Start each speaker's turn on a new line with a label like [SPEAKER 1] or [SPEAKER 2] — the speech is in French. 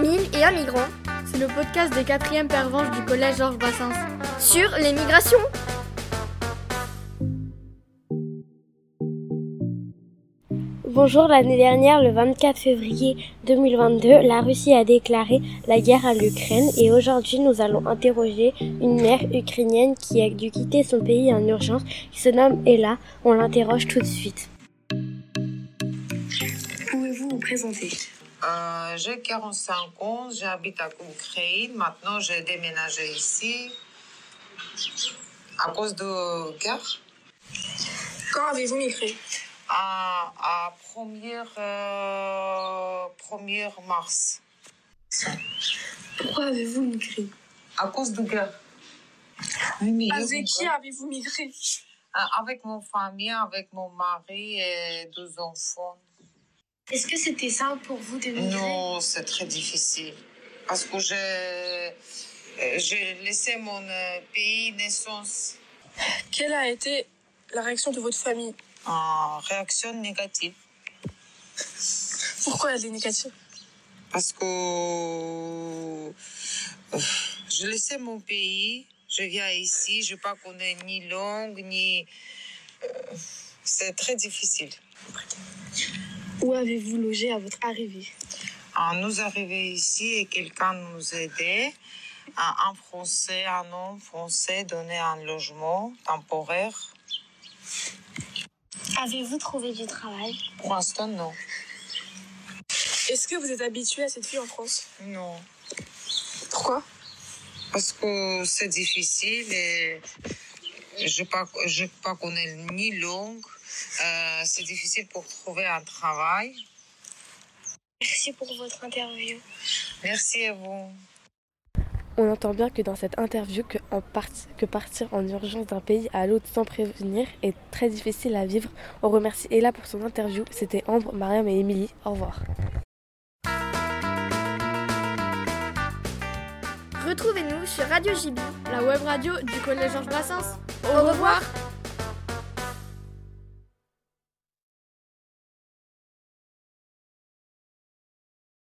[SPEAKER 1] Mille et un migrant
[SPEAKER 2] C'est le podcast des quatrièmes pervenches du collège Georges Brassens.
[SPEAKER 1] sur les migrations.
[SPEAKER 3] Bonjour, l'année dernière, le 24 février 2022, la Russie a déclaré la guerre à l'Ukraine et aujourd'hui nous allons interroger une mère ukrainienne qui a dû quitter son pays en urgence, qui se nomme Ella. On l'interroge tout de suite.
[SPEAKER 4] Pouvez-vous vous présenter
[SPEAKER 5] Euh, j'ai 45 ans, j'habite à Ukraine. Maintenant, j'ai déménagé ici à cause de guerre.
[SPEAKER 4] Quand avez-vous migré
[SPEAKER 5] À, à 1er euh, 1er mars.
[SPEAKER 4] Pourquoi avez-vous migré
[SPEAKER 5] À cause de guerre. Oui, mais-
[SPEAKER 4] Avec qui avez-vous migré
[SPEAKER 5] Euh, Avec mon famille, avec mon mari et deux enfants.
[SPEAKER 4] Est-ce que c'était simple pour vous de
[SPEAKER 5] Non, c'est très difficile. Parce que j'ai euh, j'ai laissé mon euh, pays naissance.
[SPEAKER 4] Quelle a été la réaction de votre famille
[SPEAKER 5] en réaction négative.
[SPEAKER 4] Pourquoi elle est négative
[SPEAKER 5] parce que euh, je laissais mon pays, je viens ici, je ne pas connais ni langue, ni... euh, C'est très difficile.
[SPEAKER 4] Où avez-vous logé à votre arrivée
[SPEAKER 5] En nous arrivés ici et quelqu'un nous aidait, un un Français, un homme français donnait un logement temporaire.
[SPEAKER 3] Avez-vous trouvé du travail
[SPEAKER 5] Pour l'instant, non.
[SPEAKER 4] Est-ce que vous êtes habitué à cette vie en France
[SPEAKER 5] Non.
[SPEAKER 4] Pourquoi
[SPEAKER 5] parce que c'est difficile et je pas je pas connais ni langue Euh, c'est difficile pour trouver un travail
[SPEAKER 3] Merci pour votre interview.
[SPEAKER 5] merci à vous
[SPEAKER 6] On entend bien que dans cette interview que, en parti- que partir en urgence d'un pays à l'autre sans prévenir est très difficile à vivre. On remercie Ella pour son interview. C'était Ambre, Mariam et Émilie. Au revoir.
[SPEAKER 1] Retrouvez-nous sur Radio JB.
[SPEAKER 2] La web radio du collège Georges Brassens.
[SPEAKER 1] Au revoir.